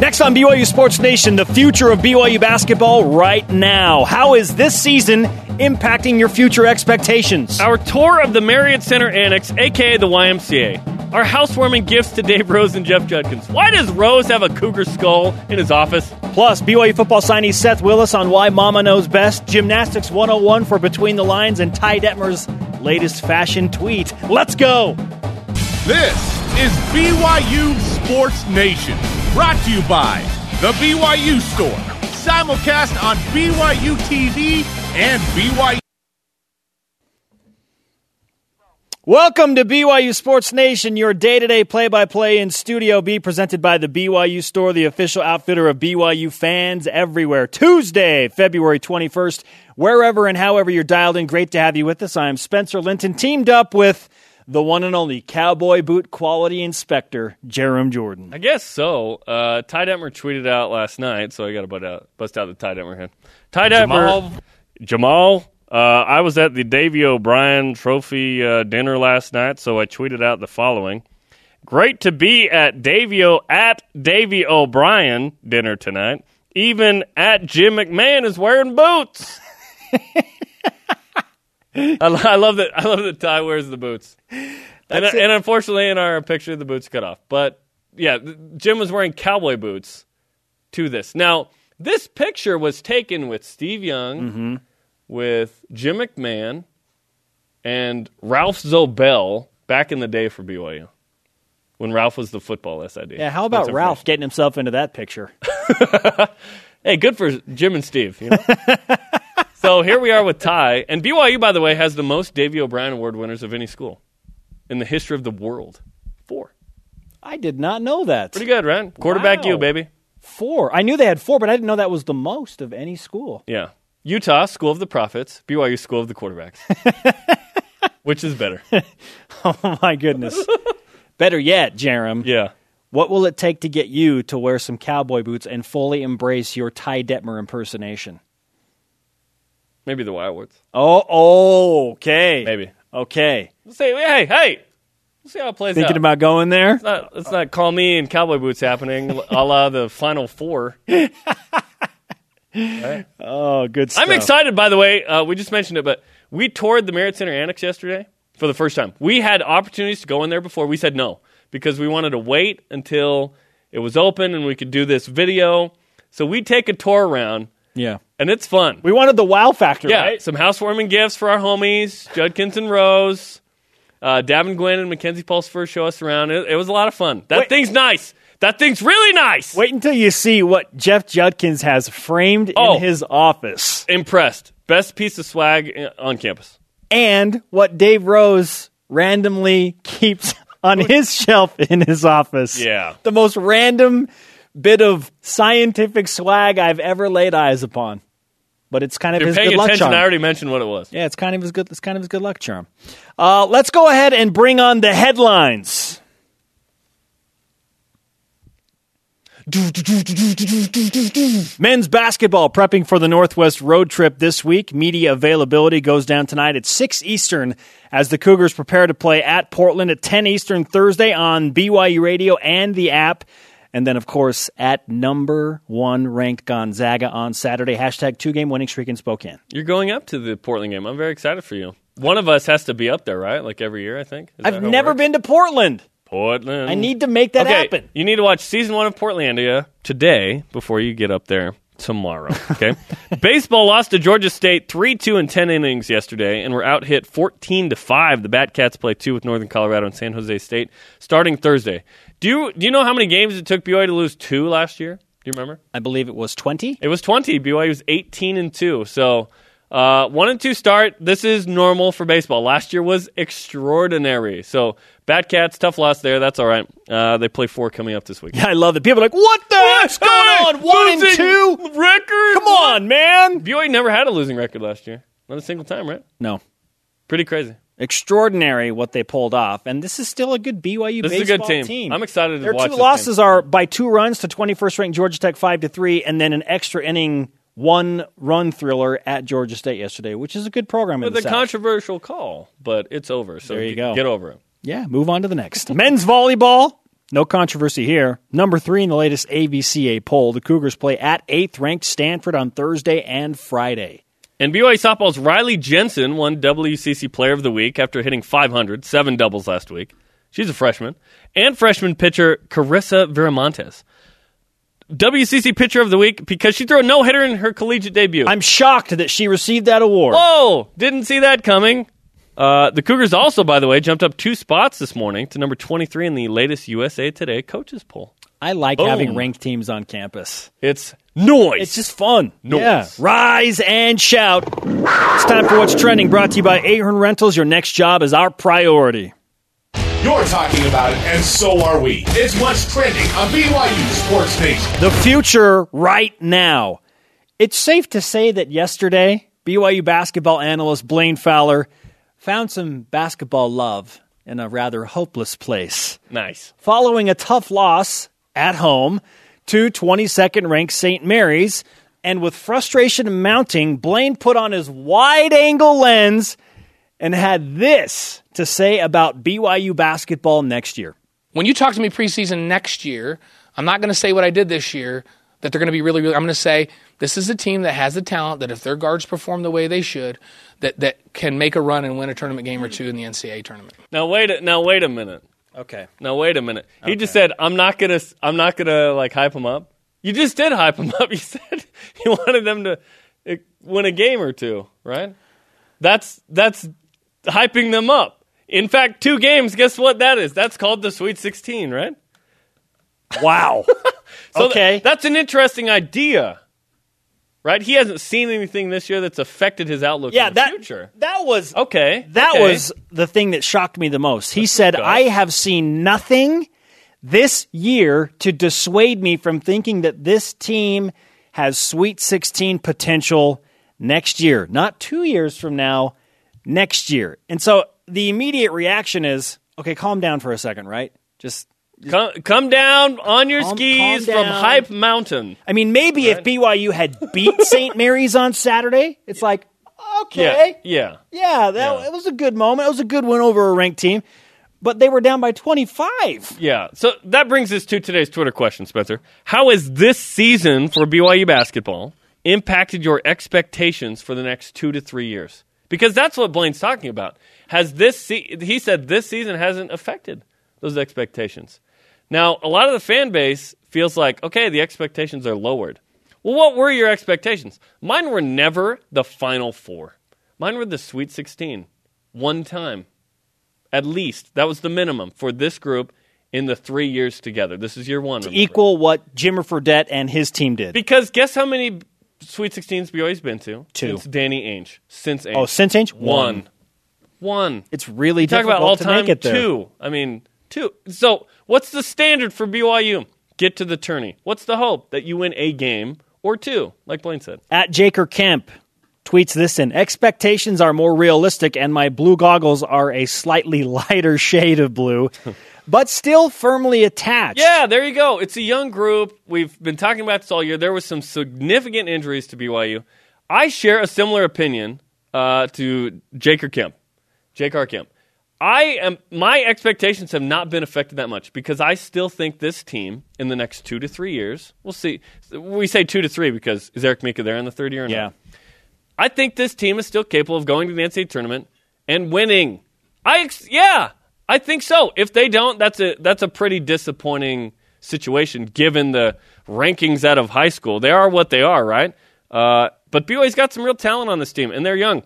Next on BYU Sports Nation, the future of BYU basketball right now. How is this season impacting your future expectations? Our tour of the Marriott Center Annex, aka the YMCA. Our housewarming gifts to Dave Rose and Jeff Judkins. Why does Rose have a cougar skull in his office? Plus, BYU football signee Seth Willis on why Mama knows best, Gymnastics 101 for Between the Lines, and Ty Detmer's latest fashion tweet. Let's go! This is BYU Sports Nation, brought to you by The BYU Store, simulcast on BYU TV and BYU. Welcome to BYU Sports Nation, your day to day play by play in Studio B, presented by the BYU Store, the official outfitter of BYU fans everywhere. Tuesday, February 21st, wherever and however you're dialed in, great to have you with us. I am Spencer Linton, teamed up with the one and only cowboy boot quality inspector, Jerem Jordan. I guess so. Uh, Ty Detmer tweeted out last night, so I got to bust out, bust out the Ty Detmer head. Ty Detmer, Jamal. uh, I was at the Davy O'Brien Trophy uh, dinner last night, so I tweeted out the following: "Great to be at Davio at Davy O'Brien dinner tonight. Even at Jim McMahon is wearing boots." I, lo- I love that. I love that Ty wears the boots. And, and unfortunately, in our picture, the boots cut off. But yeah, th- Jim was wearing cowboy boots to this. Now, this picture was taken with Steve Young, with Jim McMahon, and Ralph Zobel back in the day for BYU when Ralph was the football SID. Yeah, how about That's Ralph getting himself into that picture? Hey, good for Jim and Steve. You know? so here we are with Ty. And BYU, by the way, has the most Davy O'Brien Award winners of any school in the history of the world. Four. I did not know that. Pretty good, right? Quarterback Wow. you, baby. Four. I knew they had four, but I didn't know that was the most of any school. Yeah. Utah, School of the Prophets. BYU, School of the Quarterbacks. Which is better. Oh my goodness. Better yet, Jerem, Yeah. what will it take to get you to wear some cowboy boots and fully embrace your Ty Detmer impersonation? Maybe the Y Awards. Oh, okay. Maybe. Okay. Let's say, hey, hey. Let's see how it plays Thinking out. about going there? let's not, let's not call me in cowboy boots happening a la the Final Four. Oh, good stuff. I'm excited, by the way. Uh, we just mentioned it, but we toured the Marriott Center Annex yesterday for the first time. We had opportunities to go in there before. We said no because we wanted to wait until it was open and we could do this video. So we take a tour around, Yeah. and it's fun. We wanted the wow factor, yeah, right? some housewarming gifts for our homies, Judkins and Rose, uh, Davin Gwen and Mackenzie Pulse first show us around. It, it was a lot of fun. That Wait. thing's nice. That thing's really nice. Wait until you see what Jeff Judkins has framed Oh. in his office Impressed. Best piece of swag uh, on campus. and what Dave Rose randomly keeps on his shelf in his office. Yeah. The most random bit of scientific swag I've ever laid eyes upon. But it's kind of You're his paying good luck attention. charm. I already mentioned what it was. yeah, it's kind of his good it's kind of his good luck charm. Uh, let's go ahead and bring on the headlines. Men's basketball prepping for the Northwest road trip this week. Media availability goes down tonight at 6 Eastern as the Cougars prepare to play at Portland at 10 Eastern Thursday on BYU Radio and the app. And then, of course, at number one ranked Gonzaga on Saturday. Hashtag two game winning streak in Spokane. You're going up to the Portland game. I'm very excited for you. One of us has to be up there, right? Like every year, I think. Is that I've how it never works? been to Portland. Portland. I need to make that okay, happen. You need to watch season one of Portlandia today before you get up there tomorrow. Okay. Baseball lost to Georgia State three, two, and ten innings yesterday, and were out hit fourteen to five. The Batcats play two with Northern Colorado and San Jose State starting Thursday. Do you do you know how many games it took BYU to lose two last year? Do you remember? I believe it was 20. It was 20. BYU was 18 and 2. So, uh, 1 and 2 start. This is normal for baseball. Last year was extraordinary. So, Batcats, tough loss there. That's all right. Uh, they play four coming up this week. I love it. People are like, what the heck's going Hey, on? One and losing two? Record? Come on, man. BYU never had a losing record last year. Not a single time, right? No. Pretty crazy. Extraordinary what they pulled off. And this is still a good BYU This is a good baseball team. I'm excited to Their watch two this losses are by two runs to 21st ranked Georgia Tech 5 to 3 and then an extra inning one run thriller at Georgia State yesterday, which is a good program in With the a South. controversial call, but it's over. So There you g- go. get over it. yeah, move on to the next. Men's volleyball No controversy here. Number three in the latest ABCA poll, the Cougars play at eighth ranked Stanford on Thursday and Friday. And BYU softball's Riley Jensen won WCC Player of the Week after hitting 500, seven doubles last week. She's a freshman. And freshman pitcher Carissa Viramontes. WCC Pitcher of the Week because she threw a no hitter in her collegiate debut. I'm shocked that she received that award. Whoa! Didn't see that coming. Uh, the Cougars also, by the way, jumped up two spots this morning to number 23 in the latest USA Today coaches poll. I like Boom. having ranked teams on campus. It's noise. It's just fun. Noise. Yeah. Rise and shout. It's time for What's Trending, brought to you by Ahern Rentals. Your next job is our priority. You're talking about it, and so are we. It's what's trending on BYU Sports Nation. The future right now. It's safe to say that yesterday, BYU basketball analyst Blaine Fowler found some basketball love in a rather hopeless place. nice. Following a tough loss at home to 22nd ranked St. Mary's, and with frustration mounting, Blaine put on his wide angle lens and had this to say about BYU basketball next year. when you talk to me preseason next year, I'm not going to say what I did this year, that they're going to be really, really. I'm going to say this is a team that has the talent that if their guards perform the way they should, that, that can make a run and win a tournament game or two in the NCAA tournament. Now wait. A, now wait a minute. Okay. Now wait a minute. He just said, "I'm not gonna. s- I'm not gonna like hype him up." You just did hype him up. You said you wanted them to eh, win a game or two, right? That's that's hyping them up. In fact, two games. Guess what that is? That's called the Sweet 16, right? Wow. So th- okay. that's an interesting idea, right? He hasn't seen anything this year that's affected his outlook yeah, in the that future. that was Okay, That okay. was the thing that shocked me the most. He said, discuss. I have seen nothing this year to dissuade me from thinking that this team has Sweet 16 potential next year, not two years from now, next year. And so the immediate reaction is, okay, calm down for a second, right? Just come, come down on your Calm- skis calm from down. Hype Mountain. I mean, maybe if BYU had beat St. Mary's on Saturday, it's like, okay. Yeah, yeah. Yeah, that Yeah. it was a good moment. It was a good win over a ranked team, but they were down by 25. Yeah. So that brings us to today's Twitter question, Spencer. How has this season for BYU basketball impacted your expectations for the next two to three years? Because that's what Blaine's talking about. Has this se- he said this season hasn't affected those expectations. Now, a lot of the fan base feels like, okay, the expectations are lowered. Well, what were your expectations? Mine were never the final four. Mine were the Sweet 16, one time at least that was the minimum for this group in the three years together. This is year one. remember. Equal what Jimmer Fredette and his team did. because guess how many Sweet 16s BYU's been to? Two. Since Danny Ainge. Since Ainge. Oh, since Ainge? one. One. It's really Talk difficult about all to time make it there. two. I mean two. So what's the standard for BYU? Get to the tourney. What's the hope that you win a game or two? Like Blaine said. At Jaker Kemp tweets this in expectations are more realistic and my blue goggles are a slightly lighter shade of blue, but still firmly attached. Yeah, there you go. It's a young group. We've been talking about this all year. There was some significant injuries to BYU. I share a similar opinion uh, to Jaker Kemp. J.K. Kemp. I am my expectations have not been affected that much because I still think this team in the next two to three years. We'll see. We say two to three because is Eric Mika there in the third year? Or Yeah. Not? I think this team is still capable of going to the NCAA tournament and winning. I ex- yeah, I think so. If they don't, that's a that's a pretty disappointing situation given the rankings out of high school. They are what they are, right? Uh, but BYU's got some real talent on this team, and they're young.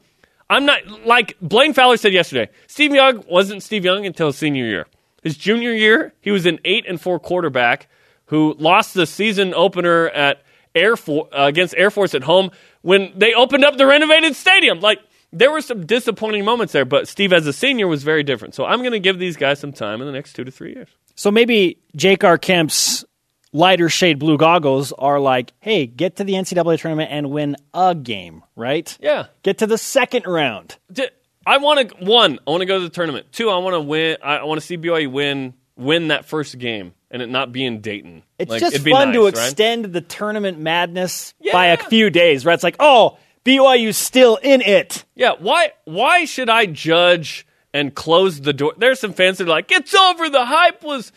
I'm not like Blaine Fowler said yesterday. Steve Young wasn't Steve Young until his senior year. His junior year, he was an eight and four quarterback who lost the season opener at Air Force uh, against Air Force at home when they opened up the renovated stadium. Like there were some disappointing moments there, but Steve as a senior was very different. So I'm going to give these guys some time in the next two to three years. So maybe J.K. Kemp's lighter shade blue goggles are like, hey, get to the NCAA tournament and win a game, right? Yeah. Get to the second round. D- I want to one. I want to go to the tournament. Two. I want to win. I want to see BYU win win that first game and it not be in Dayton. It's Like, just it'd be fun to nice, right? extend the tournament madness by a Yeah. few days, right? It's like, oh, BYU's still in it. Yeah, why why should I judge and close the door? There's some fans that are like, it's over. The hype was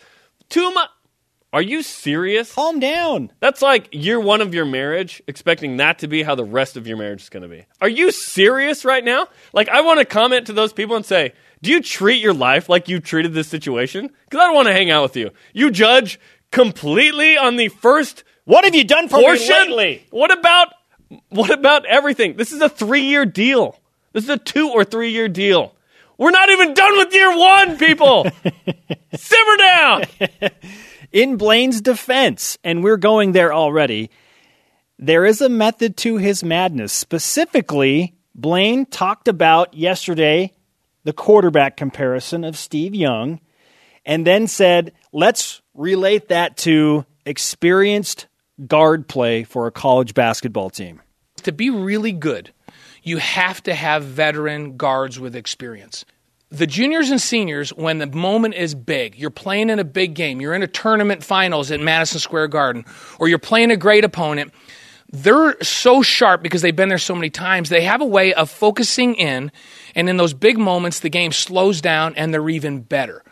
Two months. Are you serious? Calm down. That's like year one of your marriage, expecting that to be how the rest of your marriage is going to be. Are you serious right now? Like, I want to comment to those people and say, do you treat your life like you treated this situation? Because I don't want to hang out with you. You judge completely on the first What have you done for portion. me lately? What about what about everything? This is a three-year deal. This is a two or three-year deal. We're not even done with year one, people. Simmer down. In Blaine's defense, and we're going there already, there is a method to his madness. Specifically, Blaine talked about yesterday the quarterback comparison of Steve Young and then said, let's relate that to experienced guard play for a college basketball team. to be really good, you have to have veteran guards with experience. The juniors and seniors, when the moment is big, you're playing in a big game, you're in a tournament finals at Madison Square Garden, or you're playing a great opponent, they're so sharp because they've been there so many times. They have a way of focusing in, and in those big moments, the game slows down and they're even better.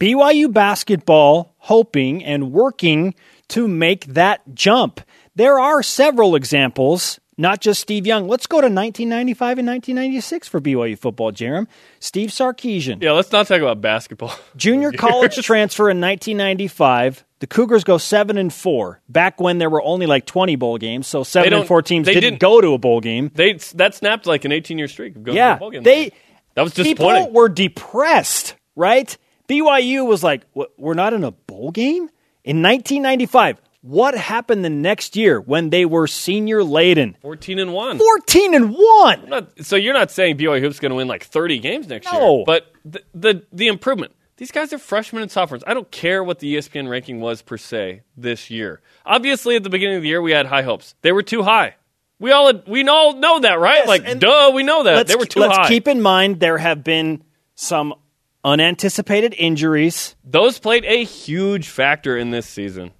BYU basketball hoping and working to make that jump. There are several examples, not just Steve Young. Let's go to 1995 and 1996 for BYU football, Jerem. Steve Sarkeesian, Yeah, let's not talk about basketball. junior college transfer in 1995. The Cougars go 7 and 4, back when there were only like 20 bowl games, so 7 and don't- 4 teams they didn't, didn't- go to a bowl game. They that snapped like an 18 year streak of going to Yeah. the bowl game. They that was disappointing. people were depressed, right? BYU was like, "What, we're not in a bowl game? In 1995, what happened the next year when they were senior laden? 14 and one. 14 and 1. Not- so you're not saying BYU Hoop's going to win like 30 games next No. year, but the, the the improvement. These guys are freshmen and sophomores. I don't care what the E ESPN ranking was per se this year. Obviously, at the beginning of the year, we had high hopes. They were too high. We all we all know that, right? Yes, like, and duh, we know that they were too let's high. keep in mind there have been some unanticipated injuries. Those played a huge factor in this season.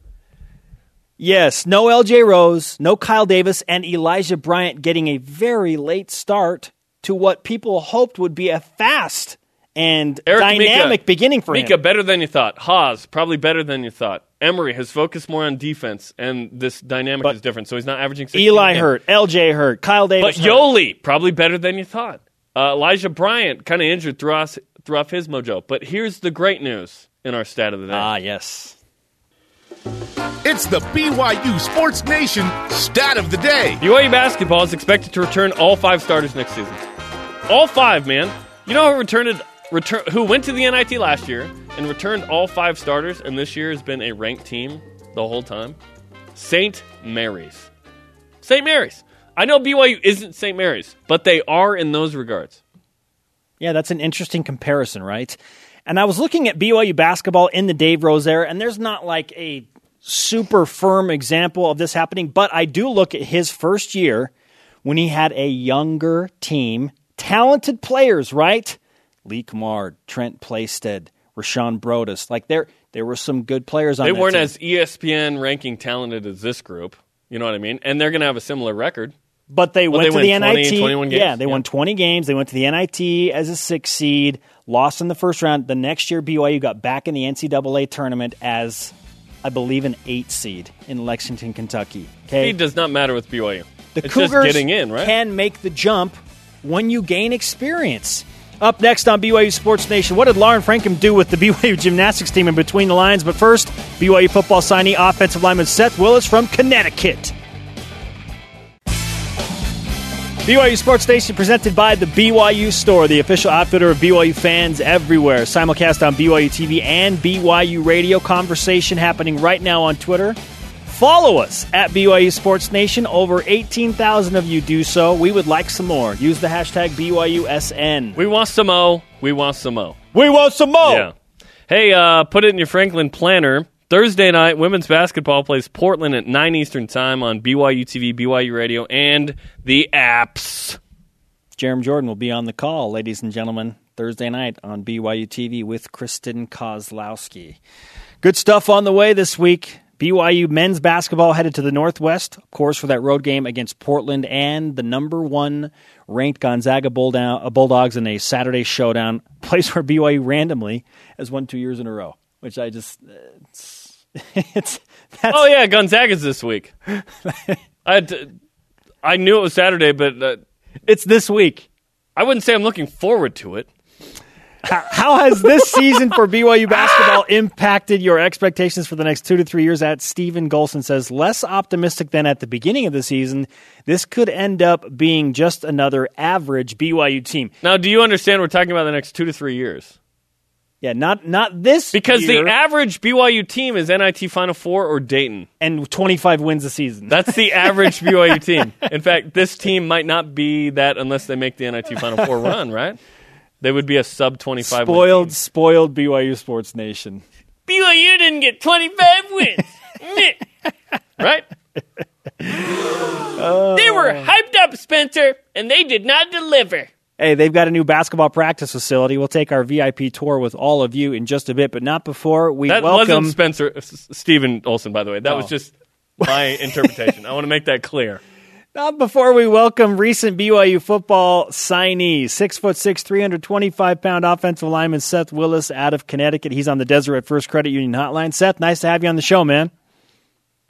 Yes, no LJ Rose, no Kyle Davis, and Elijah Bryant getting a very late start to what people hoped would be a fast and Eric dynamic Mika. beginning for Mika him. better than you thought. Haas probably better than you thought. Emery has focused more on defense, and this dynamic is different, so he's not averaging. 16 Eli a game. hurt, LJ hurt, Kyle but Davis hurt. Yoli probably better than you thought. Uh, Elijah Bryant kind of injured threw off, threw off his mojo. But here's the great news in our stat of the day. Ah, yes. It's the BYU Sports Nation stat of the day. BYU basketball is expected to return all five starters next season. All five, man. You know who returned return who went to the NIT last year and returned all five starters, and this year has been a ranked team the whole time. St. Mary's. St. Mary's. I know BYU isn't St. Mary's, but they are in those regards. Yeah, that's an interesting comparison, right? And I was looking at BYU basketball in the Dave Rose era, and there's not like a super firm example of this happening, but I do look at his first year when he had a younger team, talented players, right? Leek Mard, Trent Plaisted, Rashawn Brodus. Like there there were some good players on They that weren't team. as E ESPN ranking talented as this group. You know what I mean? And they're going to have a similar record. But they they went win to 20 the NIT. 21 games? Yeah, they Yeah. won 20 games. They went to the NIT as a six seed, lost in the first round. The next year, BYU got back in the NCAA tournament as, I believe, an eight seed in Lexington, Kentucky. Okay, It does not matter with BYU. the it's Cougars just getting in, right? can make the jump when you gain experience. Up next on BYU Sports Nation, what did Lauren Frankham do with the BYU gymnastics team in between the lines? But first, BYU football signee offensive lineman Seth Willis from Connecticut. BYU Sports Station presented by the BYU Store, the official outfitter of BYU fans everywhere. Simulcast on BYU TV and BYU Radio. Conversation happening right now on Twitter. Follow us at BYU Sports Nation. Over 18,000 of you do so. We would like some more. Use the hashtag BYUSN. we want some O. We want some O. We want some more. Yeah. Hey, uh, put it in your Franklin planner. Thursday night, women's basketball plays Portland at 9 Eastern Time on BYU TV, BYU Radio, and the apps. Jerem Jordan will be on the call, ladies and gentlemen, Thursday night on BYU TV with Kristen Kozlowski. Good stuff on the way this week. BYU men's basketball headed to the Northwest, of course, for that road game against Portland and the number one ranked Gonzaga uh, Bulldown- Bulldogs in a Saturday showdown, place where BYU randomly has won two years in a row. which I just uh, it's, it's that's Oh yeah, Gonzaga's this week. I had to- I knew it was Saturday, but uh, it's this week. I wouldn't say I'm looking forward to it. How, how has this season for BYU basketball impacted your expectations for the next two to three years? At Stephen Golson says, less optimistic than at the beginning of the season. This could end up being just another average BYU team. Now, do you understand we're talking about the next two to three years? Yeah, not not this Because year, the average BYU team is NIT Final Four or Dayton. and twenty five wins a season. That's the average BYU team. In fact, this team might not be that unless they make the NIT Final Four run, right? They would be a sub 25 win spoiled, spoiled BYU sports nation. team. BYU didn't get 25 wins. Meh. right? they were hyped up, Spencer, and they did not deliver. Hey, they've got a new basketball practice facility. We'll take our VIP tour with all of you in just a bit, but not before we That welcome. wasn't Spencer S- Steven Olson, by the way. That was Oh. just my interpretation. I want to make that clear. Not before we welcome recent BYU football signee, six foot six, three hundred twenty five pound offensive lineman Seth Willis out of Connecticut. He's on the Deseret First Credit Union Hotline. Seth, nice to have you on the show, man.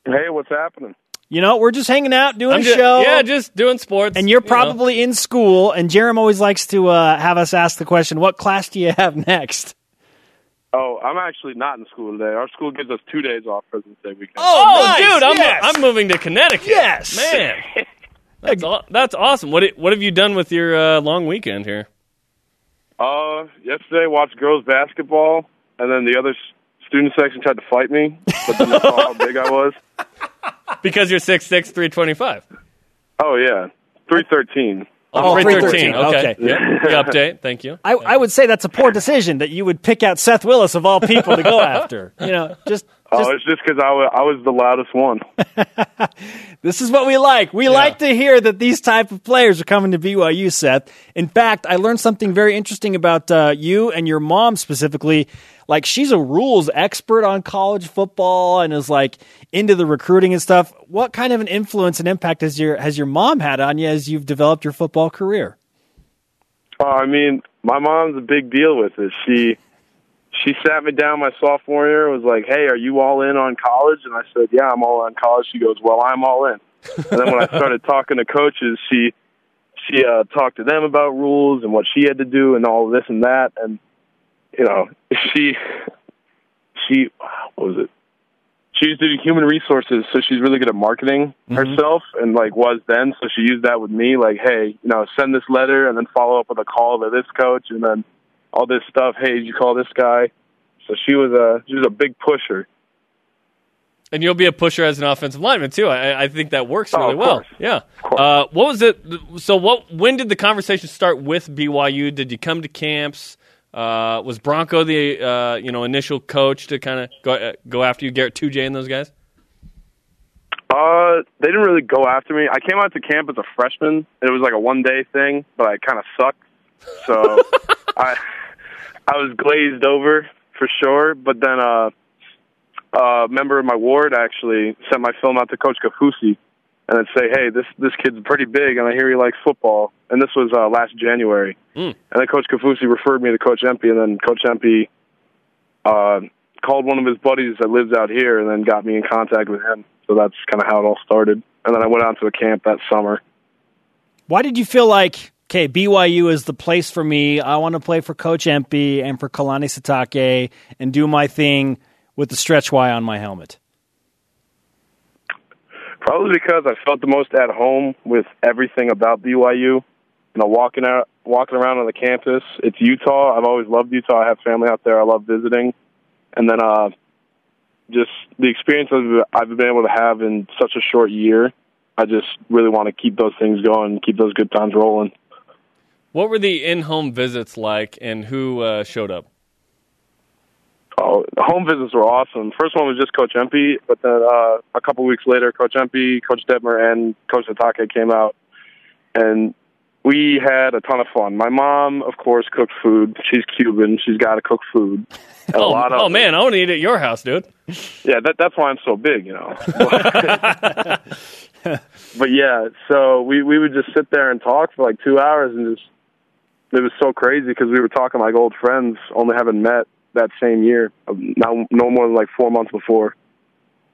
Hey, what's happening? You know, we're just hanging out doing I'm a ju- show. yeah, just doing sports. and you're you know. probably in school, and Jerem always likes to uh, have us ask the question, "What class do you have next?" Oh, I'm actually not in school today. Our school gives us two days off President's Day weekend. Oh, nice, dude, I'm, yes. I'm moving to Connecticut. Yes. man, that's, aw- that's awesome. What it- what have you done with your uh, long weekend here? Uh, yesterday watched girls basketball, and then the other s- student section tried to fight me, but then they saw how big I was. Because you're six six three twenty five. Oh yeah, three thirteen. Oh, 313, Okay, okay. Yeah. Good update. Thank you. I, I would say that's a poor decision that you would pick out Seth Willis of all people to go after. You know, just, Oh, just it's just because I wa- I was the loudest one. this is what we like. We like to hear that these type of players are coming to BYU, Seth. In fact, I learned something very interesting about uh, you and your mom specifically. Like she's a rules expert on college football and is like into the recruiting and stuff. What kind of an influence and impact has your has your mom had on you as you've developed your football career? Oh, I mean, my mom's a big deal with this. She she sat me down my sophomore year and was like, "Hey, are you all in on college?" And I said, "Yeah, I'm all in college." She goes, "Well, I'm all in." And then when I started talking to coaches, she she uh talked to them about rules and what she had to do and all this and that and you know, she she what was it? She was doing human resources, so she's really good at marketing herself and like was then. So she used that with me, like, hey, you know, send this letter and then follow up with a call to this coach and then all this stuff. Hey, did you call this guy? So she was a she was a big pusher. And you'll be a pusher as an offensive lineman too. I, I think that works really Oh, of well. course. Yeah. Uh, what was it? So what? When did the conversation start with BYU? Did you come to camps? Uh, was Bronco the uh, you know initial coach to kind of go uh, go after you, Garrett Two J and those guys? Uh, they didn't really go after me. I came out to camp as a freshman. and It was like a one day thing, but I kind of sucked, so I I was glazed over for sure. But then uh, a member of my ward actually sent my film out to Coach Kafusi, and I'd say, "Hey, this this kid's pretty big, and I hear he likes football." And this was uh, last January, and then Coach Kafusi referred me to Coach Empey, and then Coach Empey uh, called one of his buddies that lives out here and then got me in contact with him. So that's kind of how it all started. And then I went out to a camp that summer. Why did you feel like okay, BYU is the place for me? I want to play for Coach Empey and for Kalani Satake and do my thing with the stretch Y on my helmet. Probably because I felt the most at home with everything about BYU. You know, walking out, walking around on the campus. It's Utah. I've always loved Utah. I have family out there. I love visiting, and then uh, just the experiences I've been able to have in such a short year. I just really want to keep those things going, keep those good times rolling. What were the in-home visits like, and who uh, showed up? Oh, the home visits were awesome. First one was just Coach Empey, but then uh, a couple weeks later, Coach Empey, Coach Detmer, and Coach Atake came out, and we had a ton of fun. My mom, of course, cooked food. She's Cuban. She's got to cook food. And a Oh, lot of oh man, I want to eat at your house, dude. yeah, that, that's why I'm so big, you know. but yeah, so we we would just sit there and talk for like two hours, and just it was so crazy because we were talking like old friends, only having met that same year, um, not no more than like four months before.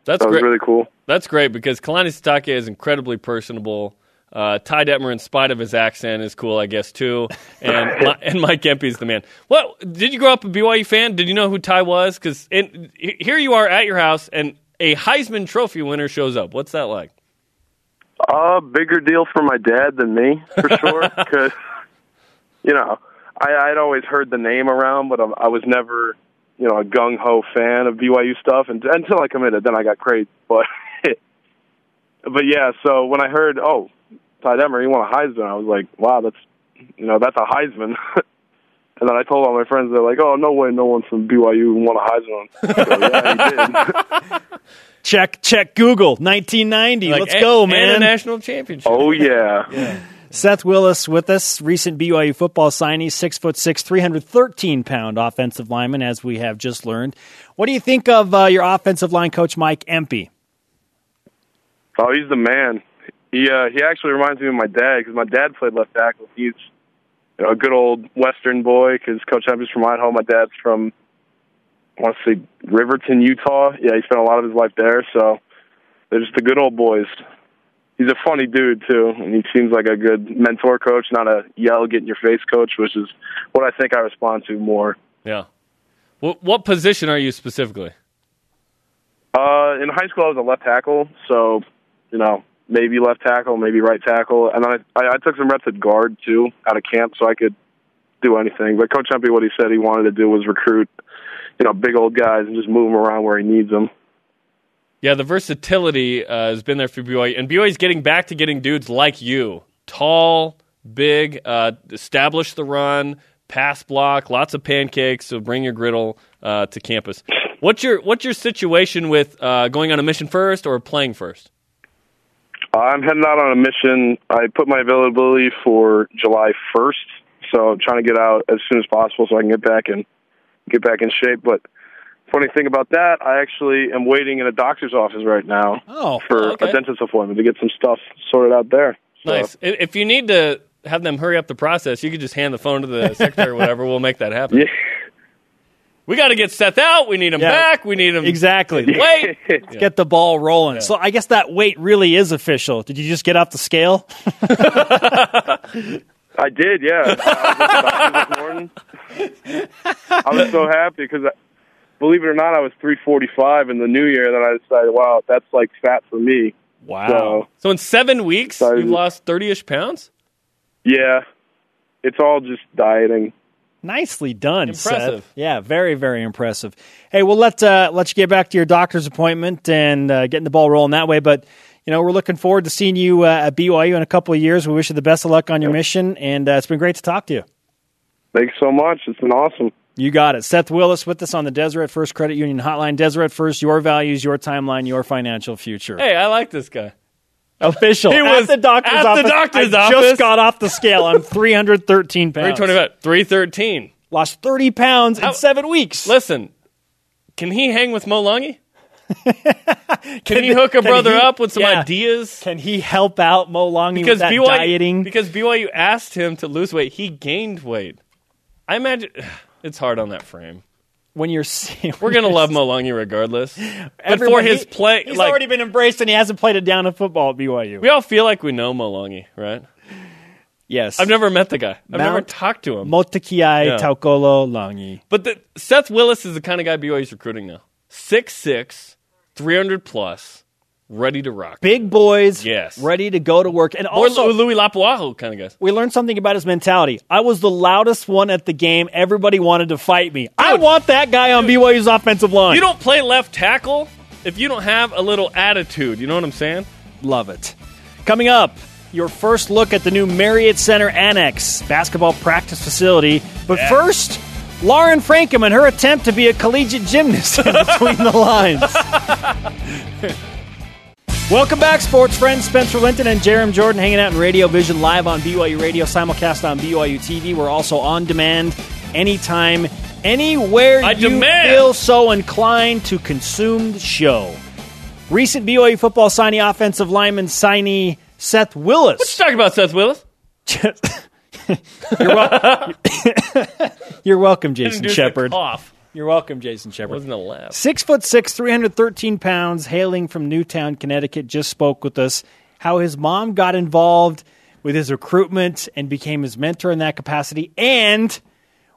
That's That was great. really cool. That's great because Kalani Sitake is incredibly personable. Uh, Ty Detmer, in spite of his accent, is cool, I guess, too. And Mi- and Mike Empey's the man. What did you grow up a BYU fan? Did you know who Ty was? Because here you are at your house, and a Heisman Trophy winner shows up. What's that like? A bigger deal for my dad than me, for sure. Because you know, I, I'd always heard the name around, but I, I was never, you know, a gung ho fan of BYU stuff. And until I committed, then I got crazy. But but yeah, so when I heard, oh, Ty Demmer, he won a Heisman, I was like, wow, that's you know, that's a Heisman. And then I told all my friends, they're like, "Oh, no way, no one from BYU won a Heisman." So, yeah, he did. Check, check Google, 1990. Like, Let's a- go, And a man. national championship. Oh yeah. Seth Willis with us, recent BYU football signee, six foot six, 313 pound offensive lineman, as we have just learned. What do you think of uh, your offensive line coach, Mike Empey? Oh, he's the man. He uh, he actually reminds me of my dad because my dad played left tackle. He's you know, a good old Western boy because Coach Hemp's from Idaho. My dad's from I want to say Riverton, Utah. Yeah, he spent a lot of his life there, so they're just the good old boys. He's a funny dude too, and he seems like a good mentor coach, not a yell get in your face coach, which is what I think I respond to more. Yeah. What, what position are you specifically? Uh, in high school, I was a left tackle, so you know maybe left tackle, maybe right tackle, and then I, I, I took some reps at guard too out of camp, so I could do anything. But Coach Hempy, what he said he wanted to do was recruit, you know, big old guys and just move them around where he needs them. Yeah, the versatility uh, has been there for BYU, and BYU's getting back to getting dudes like you, tall, big, uh, establish the run, pass block, lots of pancakes. So bring your griddle uh, to campus. What's your what's your situation with uh, going on a mission first or playing first? I'm heading out on a mission. I put my availability for July 1st, so I'm trying to get out as soon as possible so I can get back and get back in shape. But funny thing about that, I actually am waiting in a doctor's office right now Oh, for okay. a dentist appointment to get some stuff sorted out there. So, Nice. I- If you need to have them hurry up the process, you could just hand the phone to the secretary or whatever. We'll make that happen. Yeah. We got to get Seth out. We need him Yeah. back. We need him. Exactly. Wait. Let's get the ball rolling. So I guess that weight really is official. Did you just get off the scale? I did, yeah. I was, at the doctor this morning. I was so happy because, believe it or not, I was 345 in the new year. Then I decided, wow, that's like fat for me. So, So in seven weeks, Sorry. you've lost thirty-ish pounds. Yeah. It's all just dieting. Nicely done, Impressive. Seth. Yeah, very, very impressive. Hey, we'll let uh, let you get back to your doctor's appointment and uh, getting the ball rolling that way. But you know, we're looking forward to seeing you uh, at BYU in a couple of years. We wish you the best of luck on your mission, and uh, it's been great to talk to you. Thanks so much. It's been awesome. You got it. Seth Willis with us on the Deseret First Credit Union Hotline. Deseret First, your values, your timeline, your financial future. Hey, I like this guy. Official. He at was the doctor's at the office. doctor's I office. just got off the scale. I'm 313 pounds. 325, 313. Lost 30 pounds How- in seven weeks. Listen, can he hang with Mo Lungi? can, he hook can a brother he- up with some yeah. ideas? Can he help out Mo Longy with that BYU, dieting? because BYU asked him to lose weight, he gained weight. I imagine it's hard on that frame. when you're seeing, We're gonna love Mo Lungi regardless, but for Everybody- his play, he's like, already been embraced and he hasn't played a down of football at BYU. we all feel like we know Mo Lungi, right? yes, I've never met the guy. I've never Mount- talked to him. Motokiai Yeah. Taukolo Longy. But the, Seth Willis is the kind of guy BYU's recruiting now. 6'6", 300 plus, ready to rock. Big boys, Yes. ready to go to work. And Or also, Lu- Louis Lapuahu kind of guys. we learned something about his mentality. I was the loudest one at the game. Everybody wanted to fight me. I want that guy on BYU's offensive line. You don't play left tackle if you don't have a little attitude. You know what I'm saying? Love it. Coming up, your first look at the new Marriott Center Annex basketball practice facility. But first, Lauren Frankham and her attempt to be a collegiate gymnast in between the lines. Welcome back, sports friends. Spencer Linton and Jerem Jordan hanging out in Radio Vision live on BYU Radio, simulcast on BYU TV. We're also on demand anytime, anywhere I you demand. feel so inclined to consume the show. Recent BYU football signee offensive lineman signee Seth Willis. Let's talk about Seth Willis. you're, wel- you're welcome, Jason Introduce the Shepard. cough. You're welcome, Jason Shepard. Wasn't a laugh. Six foot six, 313 pounds, hailing from Newtown, Connecticut, just spoke with us how his mom got involved with his recruitment and became his mentor in that capacity, and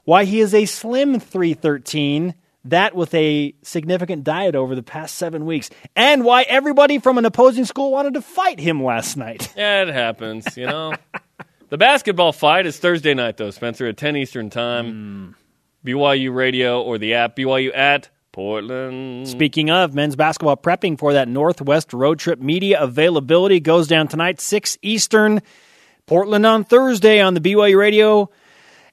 why he is a slim 313, that with a significant diet over the past seven weeks, and why everybody from an opposing school wanted to fight him last night. Yeah, it happens, you know. the basketball fight is Thursday night, though, Spencer, at 10 Eastern Time. BYU Radio or the app, BYU at Portland. Mm-hmm. Speaking of men's basketball, prepping for that Northwest road trip, media availability goes down tonight, 6 Eastern, Portland on Thursday on the BYU Radio.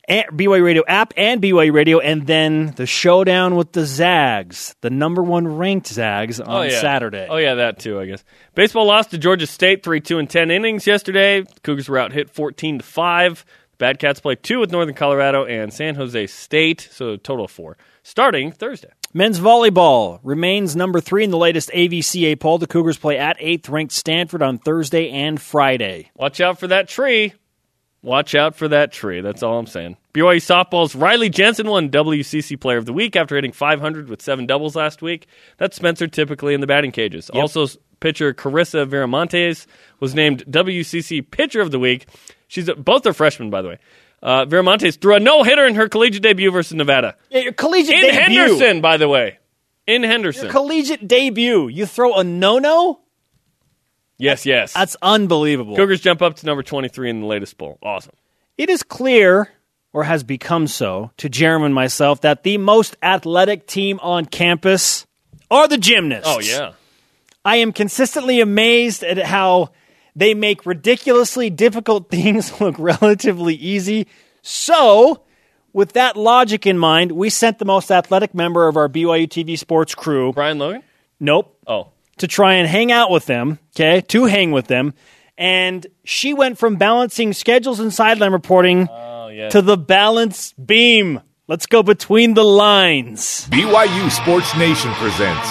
And BYU Radio app and BYU Radio, and then the showdown with the Zags, the number one ranked Zags on Saturday. Oh yeah, that too, I guess. Baseball lost to Georgia State three two and ten innings yesterday. Cougars were out hit fourteen to five. Bad Cats play two with Northern Colorado and San Jose State, so a total of four. Starting Thursday. Men's volleyball remains number three in the latest AVCA poll. The Cougars play at eighth ranked Stanford on Thursday and Friday. Watch out for that tree. Watch out for that tree. That's all I'm saying. BYU softball's Riley Jensen won WCC Player of the Week after hitting 500 with seven doubles last week. That's Spencer typically in the batting cages. Also, pitcher Carissa Viramontes was named WCC Pitcher of the Week. She's both are freshmen, by the way. Uh, Viramontes threw a no hitter in her collegiate debut versus Nevada. Yeah, your collegiate In debut. Henderson, by the way. In Henderson. Collegiate debut. You throw a no no? yes, yes. That's unbelievable. Cougars jump up to number 23 in the latest poll. Awesome. It is clear, or has become so, to Jeremy and myself that the most athletic team on campus are the gymnasts. Oh, yeah. I am consistently amazed at how they make ridiculously difficult things look relatively easy. So, with that logic in mind, we sent the most athletic member of our BYU TV sports crew, Brian Logan? nope, Oh. to try and hang out with them, okay, to hang with them. And she went from balancing schedules and sideline reporting Oh, yeah. to the balance beam. Let's go between the lines. BYU Sports Nation presents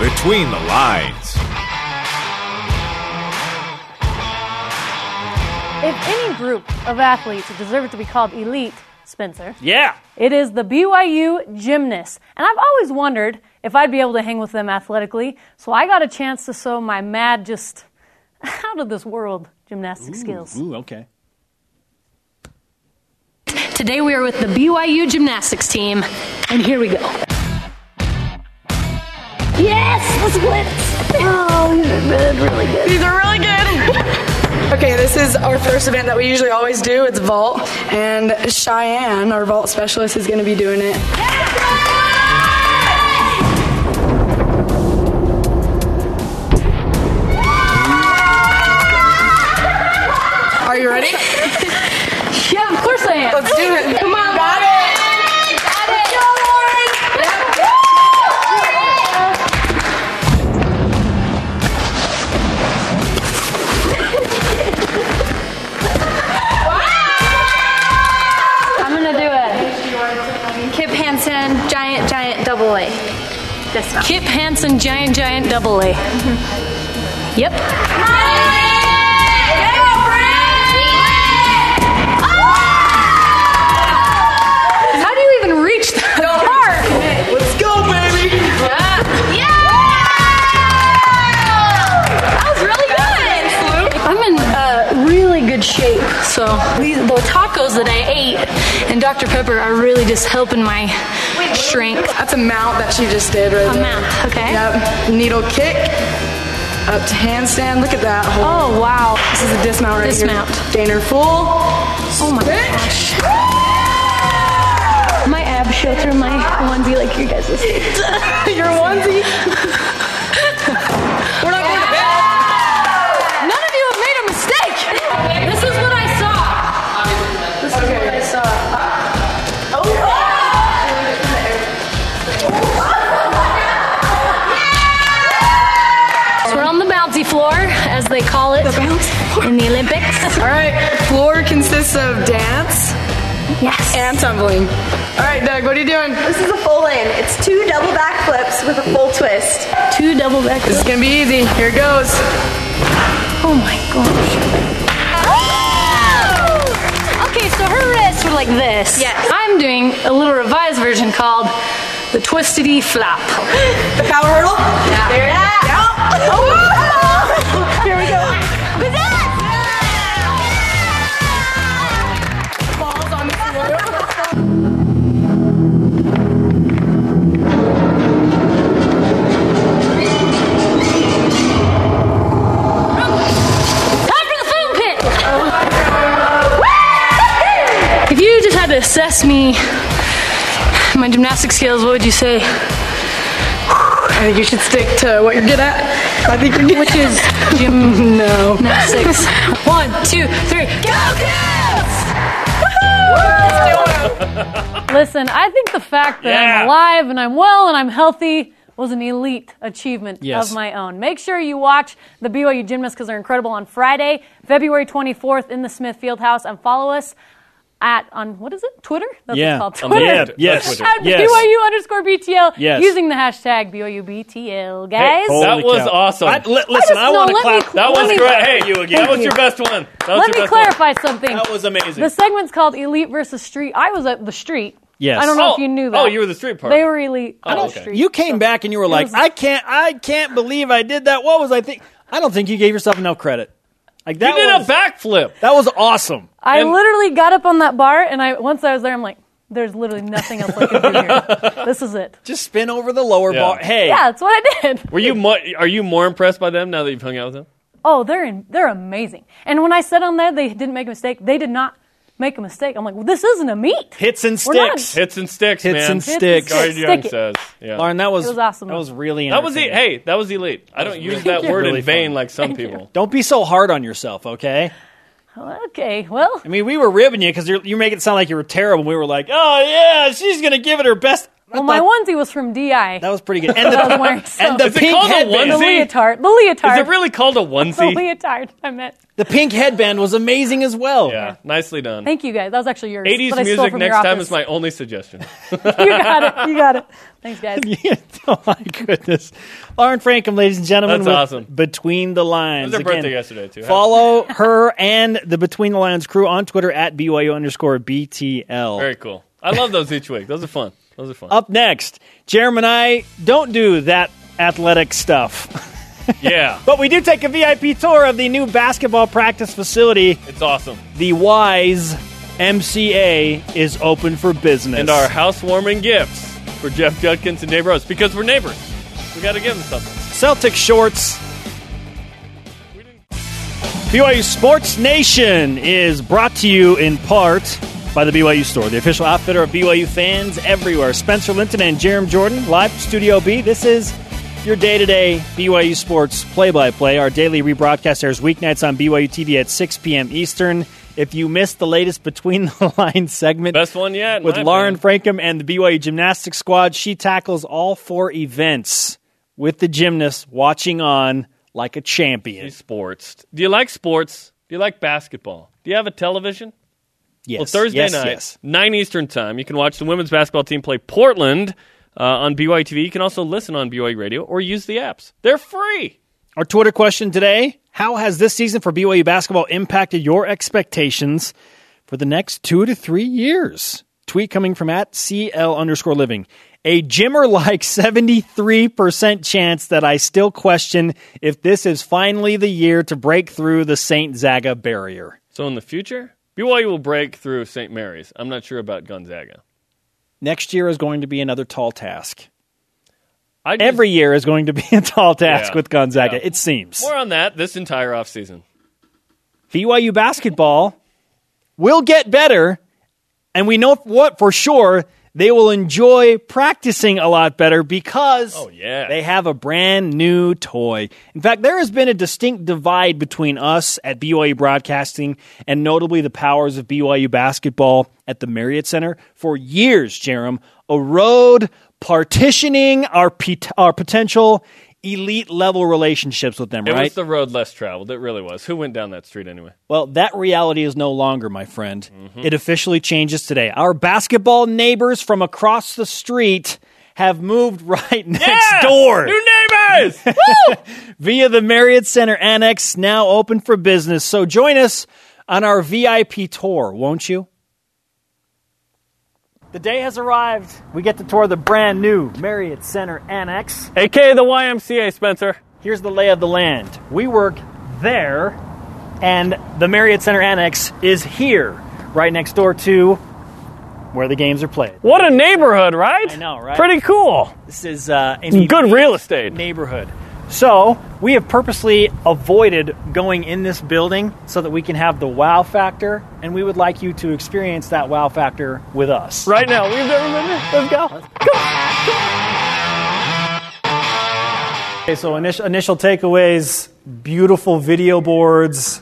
Between the Lines. If any group of athletes deserve to be called elite, Spencer, Yeah. it is the BYU gymnasts. And I've always wondered if I'd be able to hang with them athletically, so I got a chance to show my mad, just out of this world gymnastic skills. Ooh, okay. Today we are with the BYU gymnastics team, and here we go. Yes, let's blitz. Oh, these are good, really good. These are really good. Okay, this is our first event that we usually always do. It's vault, and Cheyenne, our vault specialist, is going to be doing it. Are you ready? Yeah, of course I am. Let's do it. Come on, Got it. Got it. I'm gonna do it. Kip Hansen, giant, giant double A. This one. Kip Hansen, giant, giant double A. Yep. How do you even reach that part? Let's go, baby. Yeah! That was really good! I'm in uh, really good shape. So these, the tacos that I ate and Dr. Pepper are really just helping my strength. That's a mount that she just did right A there. mount, okay. Yep. Needle kick. Up to handstand. Look at that. Hold Oh wow. This is a dismount right Dismount. here. Gainer full. Oh my Stick. gosh. My abs show through my onesie like your guys' Your onesie. We're not going to bed. None of you have made a mistake! This is what I saw. This is what I saw. So we're on the bouncy floor, as they call it in the Olympics. All right. Floor consists of dance Yes. and tumbling. All right, Doug. What are you doing? This is a full in. It's two double back flips with a full twist. two double back. This is gonna be easy. Here it goes. Oh my gosh. Okay, so her wrists were like this. Yes. I'm doing a little revised version called The E twistedy flap. The power hurdle? Yeah. There it is. Yeah. Oh. Here we go. Balls on the floor. Time for the foam pit! Woo! If you just had to assess me, my gymnastic skills, what would you say? I think you should stick to what you're good at. I think you're good Which is gym. No. gymnastics. One, two, three, go! Listen, I think the fact that Yeah. I'm alive and I'm well and I'm healthy was an elite achievement Yes. of my own. Make sure you watch the BYU Gymnasts because they're incredible on Friday, February 24th in the Smith Fieldhouse, and follow us at on what is it? Twitter? That's Yeah. what it's On called. the Twitter. app. Yes. That's At Yes. BYU underscore BTL Yes. using the hashtag BYUBTL, guys. Holy That was cow. awesome. I, li- listen, I, no, want to let me clap. cl- That Let was me- great. Hey, you again. again. That was your best one. That was your Let best me one. clarify something. That was amazing. The segment's called Elite versus Street. I was at the street. Yes. I don't Oh. know if you knew that. Oh, you were the street part. Oh, They were elite. I was okay. street. you came back and you were like, was- I can't, I can't believe I did that. What was I think? I don't think you gave yourself enough credit. Like that You did a was backflip. that was awesome. I And- literally got up on that bar, and I once I was there, I'm like, there's literally nothing else I can do here. This is it. Just spin over the lower Yeah. bar. Hey, Yeah, that's what I did. Were you mo- are you more impressed by them now that you've hung out with them? Oh, they're in, they're amazing. And when I said on there, they didn't make a mistake. They did not make a mistake. I'm like, well, this isn't a meet. hits and We're not- sticks. Hits and sticks, Hits man. and and sticks. sticks. Guard Stick Young it. says. Yeah. Lauren, that was, It was awesome. That was really that was it. entertaining. Hey, that was elite. I don't use that Thank word you. Really in vain fun. like some people. Don't be so hard on yourself, okay? Okay, well, I mean, we were ribbing you because you're, you make it sound like you were terrible. We were like, oh, yeah, she's going to give it her best. I well, my thought onesie was from DI. That was pretty good. And I was the, wearing some- and the Is it pink called a the headband. onesie? leotard. The leotard. Is it really called a the onesie? leotard. I meant. The pink headband was amazing as well. Yeah, nicely done. Thank you guys. That was actually yours. 80s but I stole music from next your time office. is my only suggestion. You got it. You got it. Thanks, guys. oh my goodness, Lauren Frankham, ladies and gentlemen, That's with awesome. Between the Lines. It was her Again, birthday yesterday, too. Follow her and the Between the Lines crew on Twitter at BYU underscore BTL. Very cool. I love those each week. Those are fun. Those are fun. Up next, Jeremy and I don't do that athletic stuff, Yeah, but we do take a VIP tour of the new basketball practice facility. it's awesome. The Wise MCA is open for business. And our housewarming gifts for Jeff Judkins and Dave Rose because we're neighbors. We got to give them something. Celtic shorts. BYU Sports Nation is brought to you in part by the BYU Store, the official outfitter of BYU fans everywhere. Spencer Linton and Jerem Jordan, live from Studio B. This is your day to day BYU Sports play by play. Our daily rebroadcast airs weeknights on BYU TV at 6 p.m. Eastern. If you missed the latest Between the Lines segment, Best one yet. in with my Lauren opinion. Frankham and the BYU gymnastics squad. She tackles all four events with the gymnasts watching on like a champion. sports. Do you like sports? Do you like basketball? Do you have a television? Yes. Well, Thursday yes, night, Yes. 9 Eastern time, you can watch the women's basketball team play Portland uh, on BYU TV. You can also listen on BYU Radio or use the apps. They're free. Our Twitter question today How has this season for BYU basketball impacted your expectations for the next two to three years? Tweet coming from at CL underscore living. A Jimmer like 73% chance that I still question if this is finally the year to break through the St. Zaga barrier. So in the future, BYU will break through St. Mary's. I'm not sure about Gonzaga. next year is going to be another tall task. I just- Every year is going to be a tall task Yeah. with Gonzaga, Yeah. it seems. More on that this entire offseason. BYU basketball will get better, and we know what for sure they will enjoy practicing a lot better because Oh, yeah. they have a brand new toy. In fact, there has been a distinct divide between us at BYU Broadcasting and notably the powers of BYU basketball at the Marriott Center for years, Jerem. A road partitioning our, pet- our potential elite level relationships with them, It right? was the road less traveled. It really was. Who went down that street anyway? Well, that reality is no longer, my friend. It officially changes today. Our basketball neighbors from across the street have moved right next door New neighbors! via the Marriott Center Annex, now open for business. So join us on our VIP tour, won't you? The day has arrived. We get to tour the brand new Marriott Center Annex. AKA the YMCA, Spencer. Here's the lay of the land. We work there, and the Marriott Center Annex is here, right next door to where the games are played. What a neighborhood, right? I know, right? Pretty cool. This is uh, a Good real estate. neighborhood. So we have purposely avoided going in this building so that we can have the wow factor, and we would like you to experience that wow factor with us. Right now, we've never been there. Let's go. Okay, so initial, initial takeaways beautiful video boards,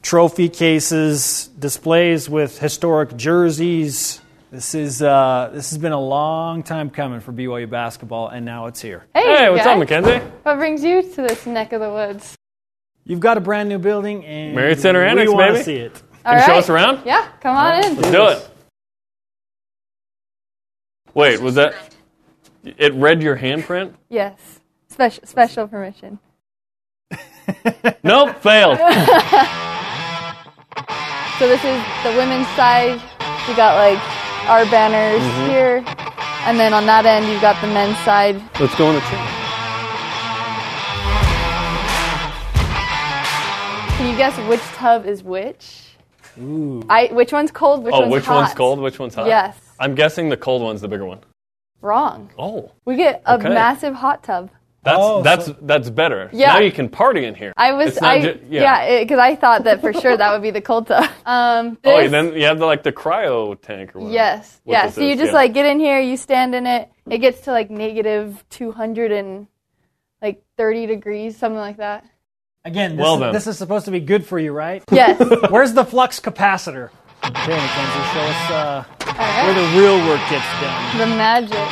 trophy cases, displays with historic jerseys. This, is, uh, this has been a long time coming for BYU basketball, and now it's here. Hey, what's up, Mackenzie? What brings you to this neck of the woods? You've got a brand new building, and Marriott Center we Annex, wanna baby. see it. All Can you show right. us around? Yeah, come on in. Do it. Wait, was that? It read your handprint? Yes. Special special permission. Nope, failed. So this is the women's side. You got like our banners Mm-hmm. here, and then on that end you got the men's side. Let's go in the chair. Can you guess which tub is which? Ooh. I which one's cold? Which Oh, one's which hot? one's cold? Which one's hot? Yes. I'm guessing the cold one's the bigger one. Wrong. Oh, We get a Okay. massive hot tub. that's Oh, that's that's better. Yeah. Now you can party in here. I was It's not I ju- yeah because I thought that for sure that would be the cold tub. Um. Oh, this- and then you have the, like the cryo tank or whatever. Yes. uh, What yeah. this So you is, just yeah. like get in here, you stand in it. It gets to like negative 200 and like 30 degrees, something like that. Again, this, Well is, then. this is supposed to be good for you, right? Yes. All Where's the flux capacitor? Here, Mackenzie, show us uh, where right. the real work gets done. The magic.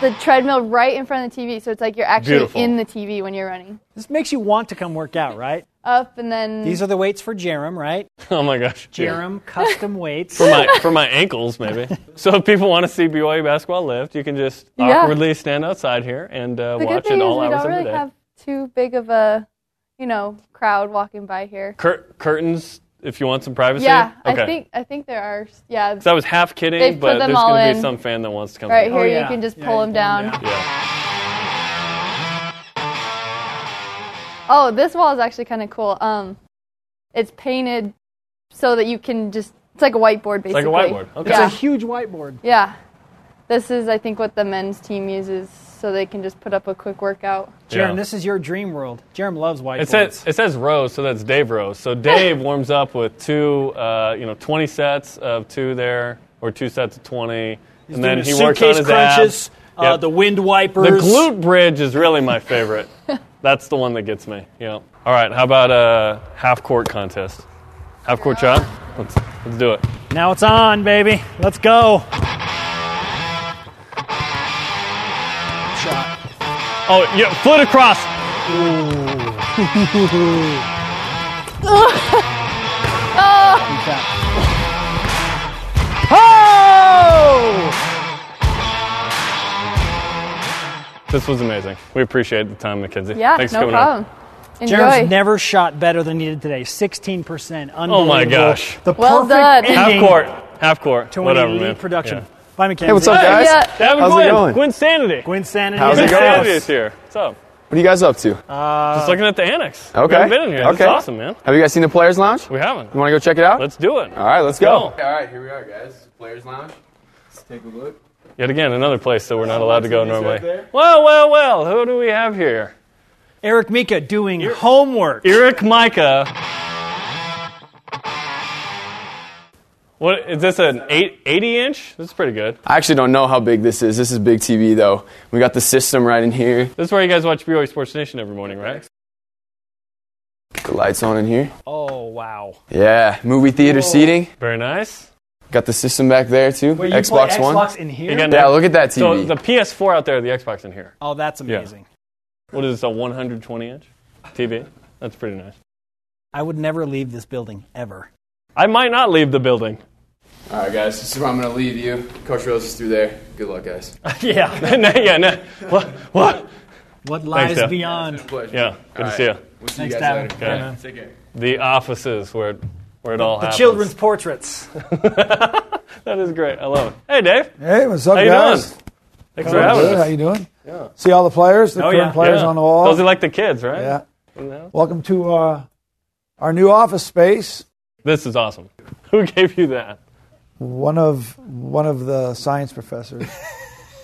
The treadmill right in front of the TV, so it's like you're actually Beautiful. in the TV when you're running. This makes you want to come work out, right? Up and then These are the weights for Jerem, right? Oh my gosh. Jerem custom weights. For my for my ankles maybe. So if people want to see BYU basketball lift, you can just Yeah. awkwardly stand outside here and uh, the good watch thing it is all we hours don't of really the day. have too big of a, you know, crowd walking by here. Cur- curtains, if you want some privacy. Yeah, Okay. I think I think there are. Yeah, 'Cause I was half kidding, They've put but them there's all going to be in. some fan that wants to come. right in. here Oh, yeah. you can just Yeah, pull you them pull 'em down. down. Yeah. Oh, this wall is actually kind of cool. Um, it's painted so that you can just. It's like a whiteboard, basically. like a whiteboard. Okay. Yeah. It's a huge whiteboard. yeah. This is, I think, what the men's team uses so they can just put up a quick workout. Jerem, Yeah. this is your dream world. Jerem loves whiteboards. It says it says Rose, so that's Dave Rose. So Dave warms up with two, uh, you know, twenty sets of two there, or two sets of twenty, and then Doing he works on suitcase his crunches, abs. uh, Yep. the wind The wipers. glute bridge is really my favorite. that's the one that gets me. Yeah. All right. How about a half court contest? Half court shot. Let's let's do it. Now it's on, baby. Let's go. Oh, yeah, foot across. Oh! This was amazing. We appreciate the time, Mackenzie. Yeah, Thanks for no coming problem. Enjoy. Jerem's never shot better than he did today. 16%. Unbelievable. Oh my gosh. The Well perfect done. on. ending Half court. Half court. to an Whatever, elite man. production. Yeah. Bye, Mackenzie. Hey, what's up, guys? Yeah. Devin How's it Gwynn. going? Gwyn Sanity. Gwen Sanity. How's it Gwyn going? Sanity is here. What's up? What are you guys up to? Just looking at the annex. We Okay. haven't been in here. This Okay. is awesome, man. Have you guys seen the Players Lounge? We haven't. You want to go check it out? Let's do it. All right, let's go. go. All right, here we are, guys. Players Lounge. Let's take a look. Yet again, another place that we're not allowed to go TVs right normally. there. well, well, well. Who do we have here? Eric Mika doing homework. Eric Micah. What is this? An eight, 80 inch? This is pretty good. I actually don't know how big this is. This is big TV, though. We got the system right in here. This is where you guys watch BYU Sports Nation every morning, right? The lights on in here. Oh, wow. Yeah, movie theater seating. Very nice. Got the system back there, too. Wait, you Xbox play One. Xbox in You here? got Yeah, look at that So TV. the PS4 out there, the Xbox in here. oh, that's amazing. What is this? A 120 inch TV? That's pretty nice. I would never leave this building, ever. I might not leave the building. All right, guys, this is where I'm going to leave you. Coach Rose is through there. Good luck, guys. yeah. no, yeah. No. What? What? What lies Dad. beyond? Pleasure. Yeah. Good to see you. We'll see Thanks, you Dad. guys later. Bye, man. Take care. The offices where where it all The happens. children's portraits. That is great. I love it. Hey, Dave. Hey, what's up, How you guys? doing? Thanks for having good. us. How you doing? Yeah. See all the players, the Oh, current yeah. players Yeah. on the wall. Those are like the kids, right? Yeah. In the house? Welcome to uh, our new office space. This is awesome. Who gave you that? One of one of the science professors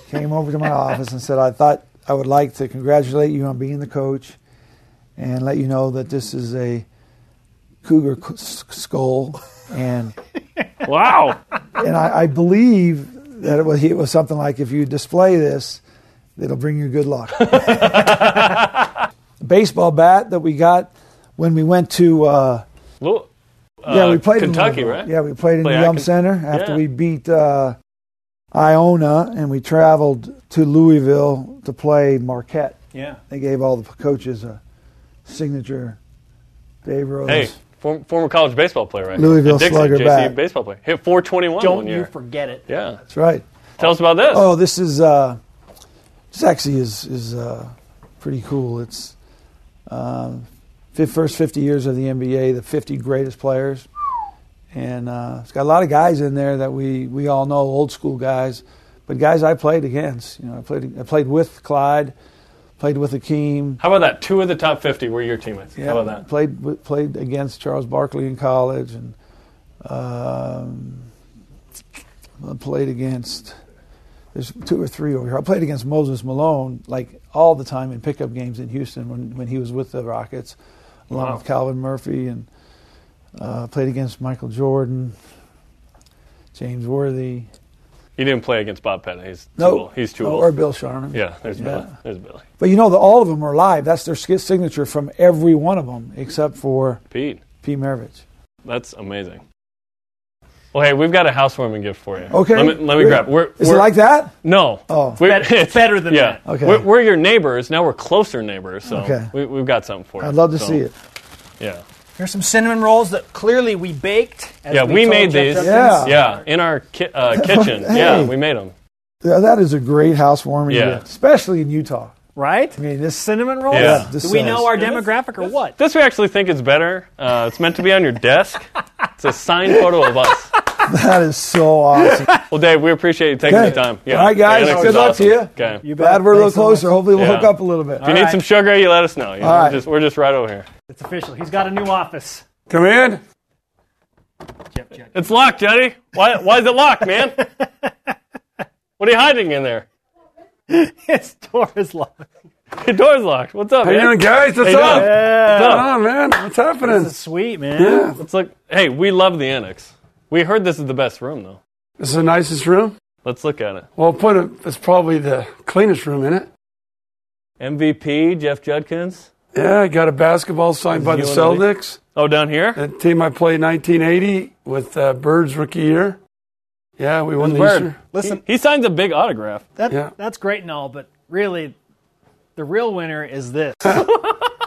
came over to my office and said, "I thought I would like to congratulate you on being the coach, and let you know that this is a cougar c- s- skull, and Wow. and I, I believe that it was it was something like if you display this, it'll bring you good luck." The baseball bat that we got when we went to. Uh, Well, uh, yeah, we played Kentucky, in, right? Yeah, we played in Play the Yum Atkin- Center after Yeah. we beat uh, Iona, and we traveled to Louisville to play Marquette. Yeah. They gave all the coaches a signature Dave Rose. Hey, form, former college baseball player, right? Louisville At Dixon, Slugger JC back. baseball player. Hit 421 Don't one you year. forget it. Yeah. That's right. Tell us about this. Oh, this is uh, this actually is is uh, pretty cool. It's um, fif- first 50 years of the NBA, the 50 greatest players, and uh, it's got a lot of guys in there that we we all know, old school guys, but guys I played against. You know, I played I played with Clyde, played with Akeem. How about that? Two of the top 50 were your teammates. How about that? Played with- played against Charles Barkley in college, and um, I played against. There's two or three over here. I played against Moses Malone like all the time in pickup games in Houston when, when he was with the Rockets, along Wow. with Calvin Murphy, and uh, played against Michael Jordan, James Worthy. You didn't play against Bob Pettit. He's too No. old. He's too No, old. or Bill Sharman. Yeah, there's Yeah. Billy. There's Billy. But you know that all of them are live. That's their sk- signature from every one of them except for Pete, P. Maravich. that's amazing. Well, hey, we've got a housewarming gift for you. Okay. Let me, let me We're- grab. We're, Is it we're- like that? No. Oh. We're- Better- it's better than yeah. that. Okay. We're, we're your neighbors. Now we're closer neighbors. So Okay. we, we've got something for you. I'd love to So, see it. Yeah. Here's some cinnamon rolls that clearly we baked. as yeah, we, told made Jeff these. Jeffkins. yeah, in our ki- uh, kitchen. Hey. Yeah, we made them. Yeah, that is a great housewarming Yeah. gift, especially in Utah. Right? I mean, this Cinnamon rolls? Yeah. Yeah, this Do we sounds- know our demographic or what? This we actually think is better. Uh, it's meant to be on your desk. It's a signed photo of us. that is so awesome. Well, Dave, we appreciate you taking Okay. the time. All right, guys, Annex good is luck awesome. to you. Okay. You bet. Glad we're a little Thanks so closer. much. Hopefully, we'll Yeah. hook up a little bit. If you need right. some sugar, you let us know. You know, All we're right. just- we're just right over here. It's official. He's got a new office. Come in. Jeff Jeff. It's locked, Juddy. Why, why is it locked, man? what are you hiding in there? His door is locked. Your door's locked. What's up, How you man? doing, guys? What's How you up? doing? Yeah. What's What's up? on, man? What's happening? This is sweet, man. Yeah. It's like, hey, we love the annex. We heard this is the best room, though. This is the nicest room. Let's look at it. Well, put it. It's probably the cleanest room in it. MVP, Jeff Judkins. Yeah, I got a basketball signed by the UNLV? Celtics. Oh, down here? That team I played in 1980 with uh, Bird's rookie year. Yeah, we won the Bird. Easter. Listen, He signs a big autograph. that, Yeah. that's great and all, but really, the real winner is this.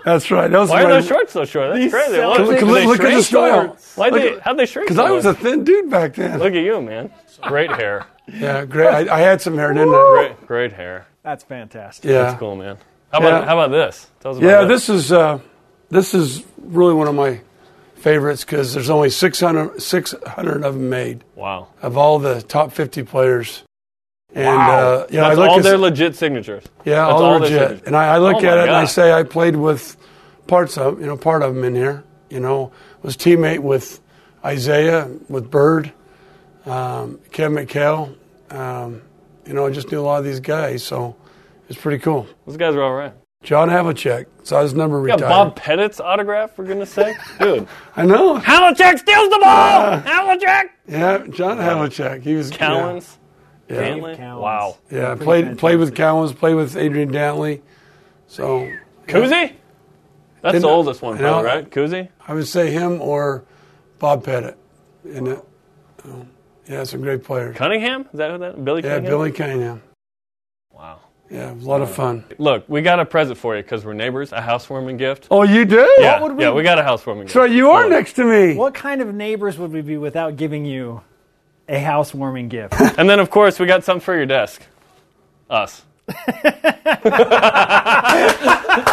That's right. That was Why are my- those shorts so short? That's These crazy. Celtics- Look, Look, did look, they look at the shrink? style. Why'd Look they, at- how'd they shrink? Because so I was a much? thin dude back then. Look at you, man. Great hair. Yeah, great. I, I had some hair, didn't I? Great, great hair. That's fantastic. Yeah. That's cool, man. How about Yeah. how about this? Tell us about Yeah, this is uh, this is really one of my favorites because there's only 600, 600 of them made Wow. of all the top 50 players. And uh, you know, That's I look all at, their legit signatures. yeah, That's all, all their legit. signatures. And I, I look Oh at it my and I God. say I played with parts of you know part of them in here. You know, was teammate with Isaiah, with Bird, um, Kevin McHale. Um, you know, I just knew a lot of these guys, so it's pretty cool. Those guys are all right. John Havlicek, saw his number You retired. got Bob Pettit's autograph, for goodness sake? Dude. I know. Havlicek steals the ball! Havlicek! Yeah, John Havlicek. He was Cowens. Yeah, yeah. Dantley. Cowens. Wow. Yeah, played played with Cowens, played with Adrian Dantley. So Kuzi? That's Didn't- the oldest one, you know- probably, right? Kuzi? I would say him or Bob Pettit. And uh, yeah, some great players. Cunningham? Is that who that Billy Yeah, Cunningham? Billy Cunningham. Wow. Yeah, a lot of fun. Look, we got a present for you because we're neighbors, a housewarming gift. Oh, you did? yeah, would we- yeah, we got a housewarming gift. So you are Cool. next to me. What kind of neighbors would we be without giving you a housewarming gift? And then, of course, we got something for your desk. Us. I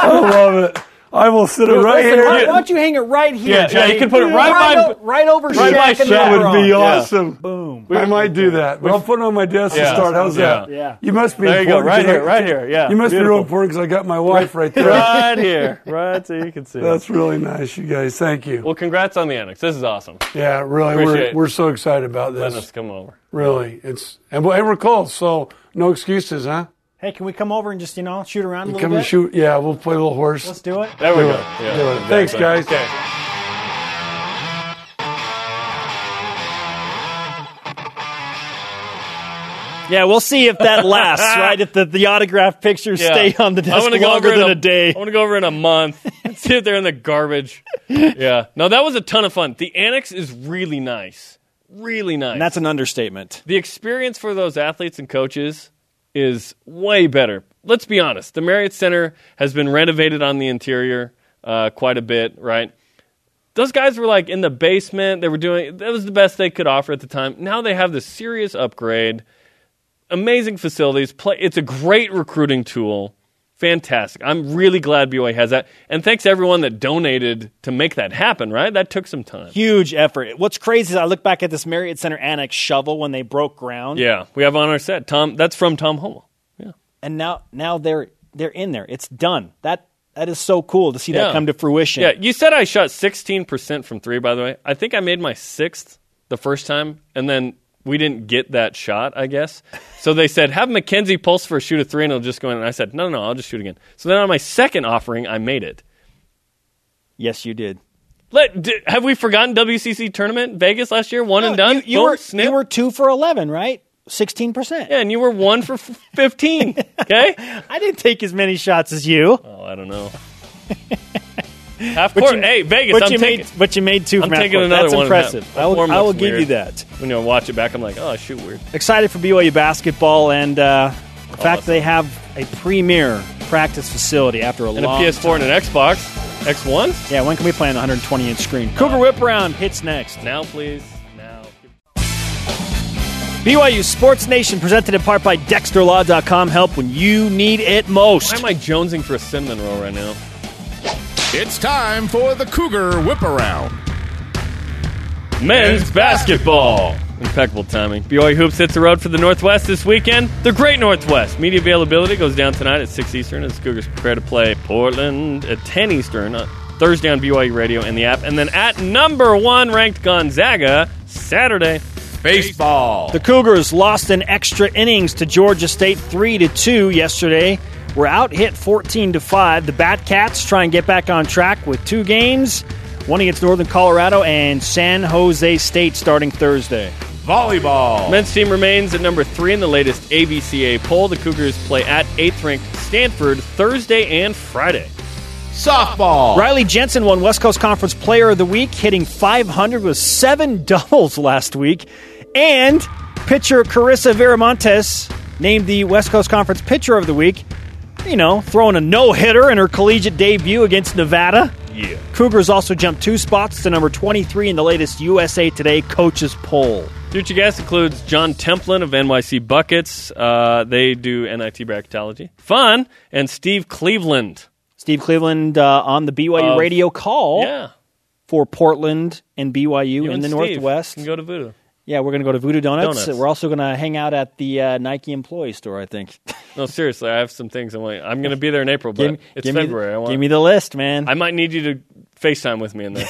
love it. I will sit it Dude, right listen, here. Why, why don't you hang it right here? Yeah, yeah, you can put it right by- o- right over Right by Shaq and Shaq LeBron. would be Yeah. awesome. Boom. I might do that. But I'll put it on my desk Yeah. to start. How's Yeah. that? Yeah. You must be. There you go. important Right 'cause here, I- right here. Yeah. You must Beautiful. be real important because I got my wife right there. right here, right so you can see. That's really nice, you guys. Thank you. Well, congrats on the annex. This is awesome. Yeah, really. Appreciate We're, it. we're so excited about this. Letting us come over. Really, it's and we're, and we're cold, so no excuses, huh? Hey, can we come over and just you know shoot around a little Come bit? and shoot. Yeah, we'll play a little horse. Let's do it. There we Do go. it. Yeah, Do it. exactly. Thanks, guys. Okay. Yeah, we'll see if that lasts, right? If the, the autograph pictures stay on the I desk wanna go longer over in than a, day. I want to go over in a month. and See if they're in the garbage. Yeah. No, that was a ton of fun. The annex is really nice. Really nice. And that's an understatement. the experience for those athletes and coaches is way better. Let's be honest. The Marriott Center has been renovated on the interior uh, quite a bit, right? Those guys were like in the basement. They were doing that was the best they could offer at the time. Now they have this serious upgrade, amazing facilities. Play. It's a great recruiting tool. Fantastic. I'm really glad BYU has that. And thanks to everyone that donated to make that happen. Right? That took some time. Huge effort. What's crazy is I look back at this Marriott Center annex shovel when they broke ground. Yeah, we have on our set Tom. That's from Tom Homo. And now now they're they're in there. It's done. That that is so cool to see Yeah. that come to fruition. Yeah, you said I shot 16% from three, by the way. I think I made my sixth the first time, and then we didn't get that shot, I guess. So they said, have McKenzie pulse for a shoot of three, and it'll just go in. And I said, no, no, no, I'll just shoot again. So then on my second offering, I made it. Yes, you did. Let, d have we forgotten WCC tournament Vegas last year? One and done. You, you Boom, were snip. you were two for eleven, right? Sixteen percent. Yeah, and you were one for f- fifteen. Okay, I didn't take as many shots as you. oh, I don't know. Half court. hey, Vegas, but I'm you taking, made but you made two. I'm from half taking court. another That's one. impressive. That- I will, form I will looks give you weird. that. When you watch it back, I'm like, oh, I shoot weird. Excited for BYU basketball and uh, the fact that they have a premier practice facility after a And a long PS4 and an Xbox X1. Yeah, when can we play on the 120 inch screen? Cougar Whip Round hits next. Now, please. Now. BYU Sports Nation presented in part by DexterLaw.com. Help when you need it most. Why am I jonesing for a cinnamon roll right now? It's time for the Cougar Whip Around. Men's basketball. Impeccable timing. BYU Hoops hits the road for the Northwest this weekend. The Great Northwest. Media availability goes down tonight at 6 Eastern as Cougars prepare to play Portland at 10 Eastern. Uh, Thursday on BYU Radio and the app. And then at number one ranked Gonzaga, Saturday. Baseball. The Cougars lost in extra innings to Georgia State 3 to 2 yesterday. We're out hit 14 to 5. The Batcats try and get back on track with two games, one against Northern Colorado and San Jose State starting Thursday. Volleyball. Men's team remains at number three in the latest ABCA poll. The Cougars play at eighth ranked Stanford Thursday and Friday. Softball. Riley Jensen won West Coast Conference Player of the Week, hitting 500 with seven doubles last week. And pitcher Carissa Viramontes named the West Coast Conference Pitcher of the Week. You know, throwing a no hitter in her collegiate debut against Nevada. Yeah. Cougars also jumped two spots to number 23 in the latest USA Today coaches poll. Future guest includes John Templin of NYC Buckets. Uh, they do NIT bracketology. Fun. And Steve Cleveland. Steve Cleveland uh, on the BYU Of- radio call Yeah. for Portland and BYU You in and the Steve Northwest. can go to Voodoo. Yeah, we're going to go to Voodoo Donuts. Donuts. We're also going to hang out at the uh, Nike employee store, I think. No, seriously, I have some things. I'm like, I'm going to be there in April, but Give me- it's give me the- February. I want. Give me the list, man. I might need you to FaceTime with me in there.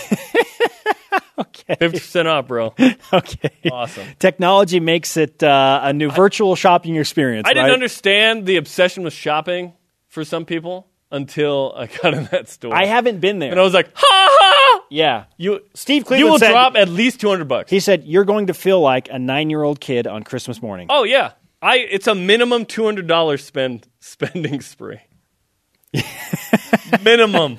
okay. Fifty percent off, bro. okay. Awesome. Technology makes it uh, a new virtual shopping experience. I didn't right? understand the obsession with shopping for some people until I got in that store. I haven't been there. and I was like, ha ha! yeah. You, Steve You Cleveland will said, drop at least two hundred bucks. he said, you're going to feel like a nine-year-old kid on Christmas morning. Oh yeah, I it's a minimum two hundred dollars spend spending spree. minimum.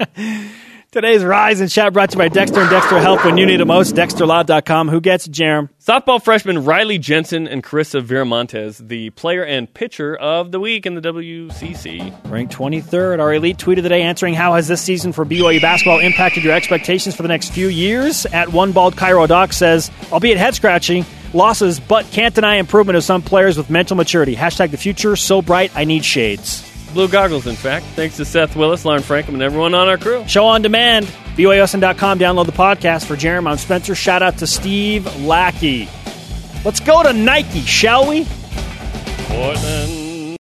Today's Rise and Chat brought to you by Dexter and Dexter Help when you need it most. DexterLaw.com. Who gets it, Jerem? Softball freshmen Riley Jensen and Carissa Viramontes, the player and pitcher of the week in the WCC. Ranked 23rd, our elite tweet of the day answering how has this season for BYU basketball impacted your expectations for the next few years? At one bald Cairo Doc says, albeit head scratching, losses, but can't deny improvement of some players with mental maturity. Hashtag the future so bright I need shades. Blue goggles, in fact. Thanks to Seth Willis, Lauren Franklin, and everyone on our crew. Show on demand, BYOSN.com. Download the podcast for Jeremy. I'm Spencer. Shout out to Steve Lackey. Let's go to Nike, shall we? Portland.